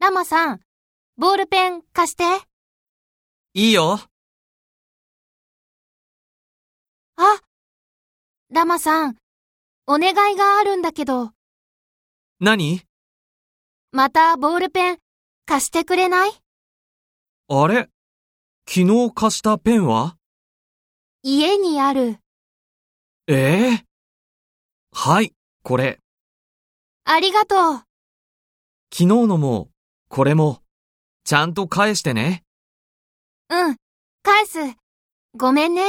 ラマさん、ボールペン貸して。いいよ。あ、ラマさん、お願いがあるんだけど、何またボールペン貸してくれないあれ昨日貸したペンは家にある。ええはい、これ。ありがとう。昨日のも、これも、ちゃんと返してね。うん、返す。ごめんね。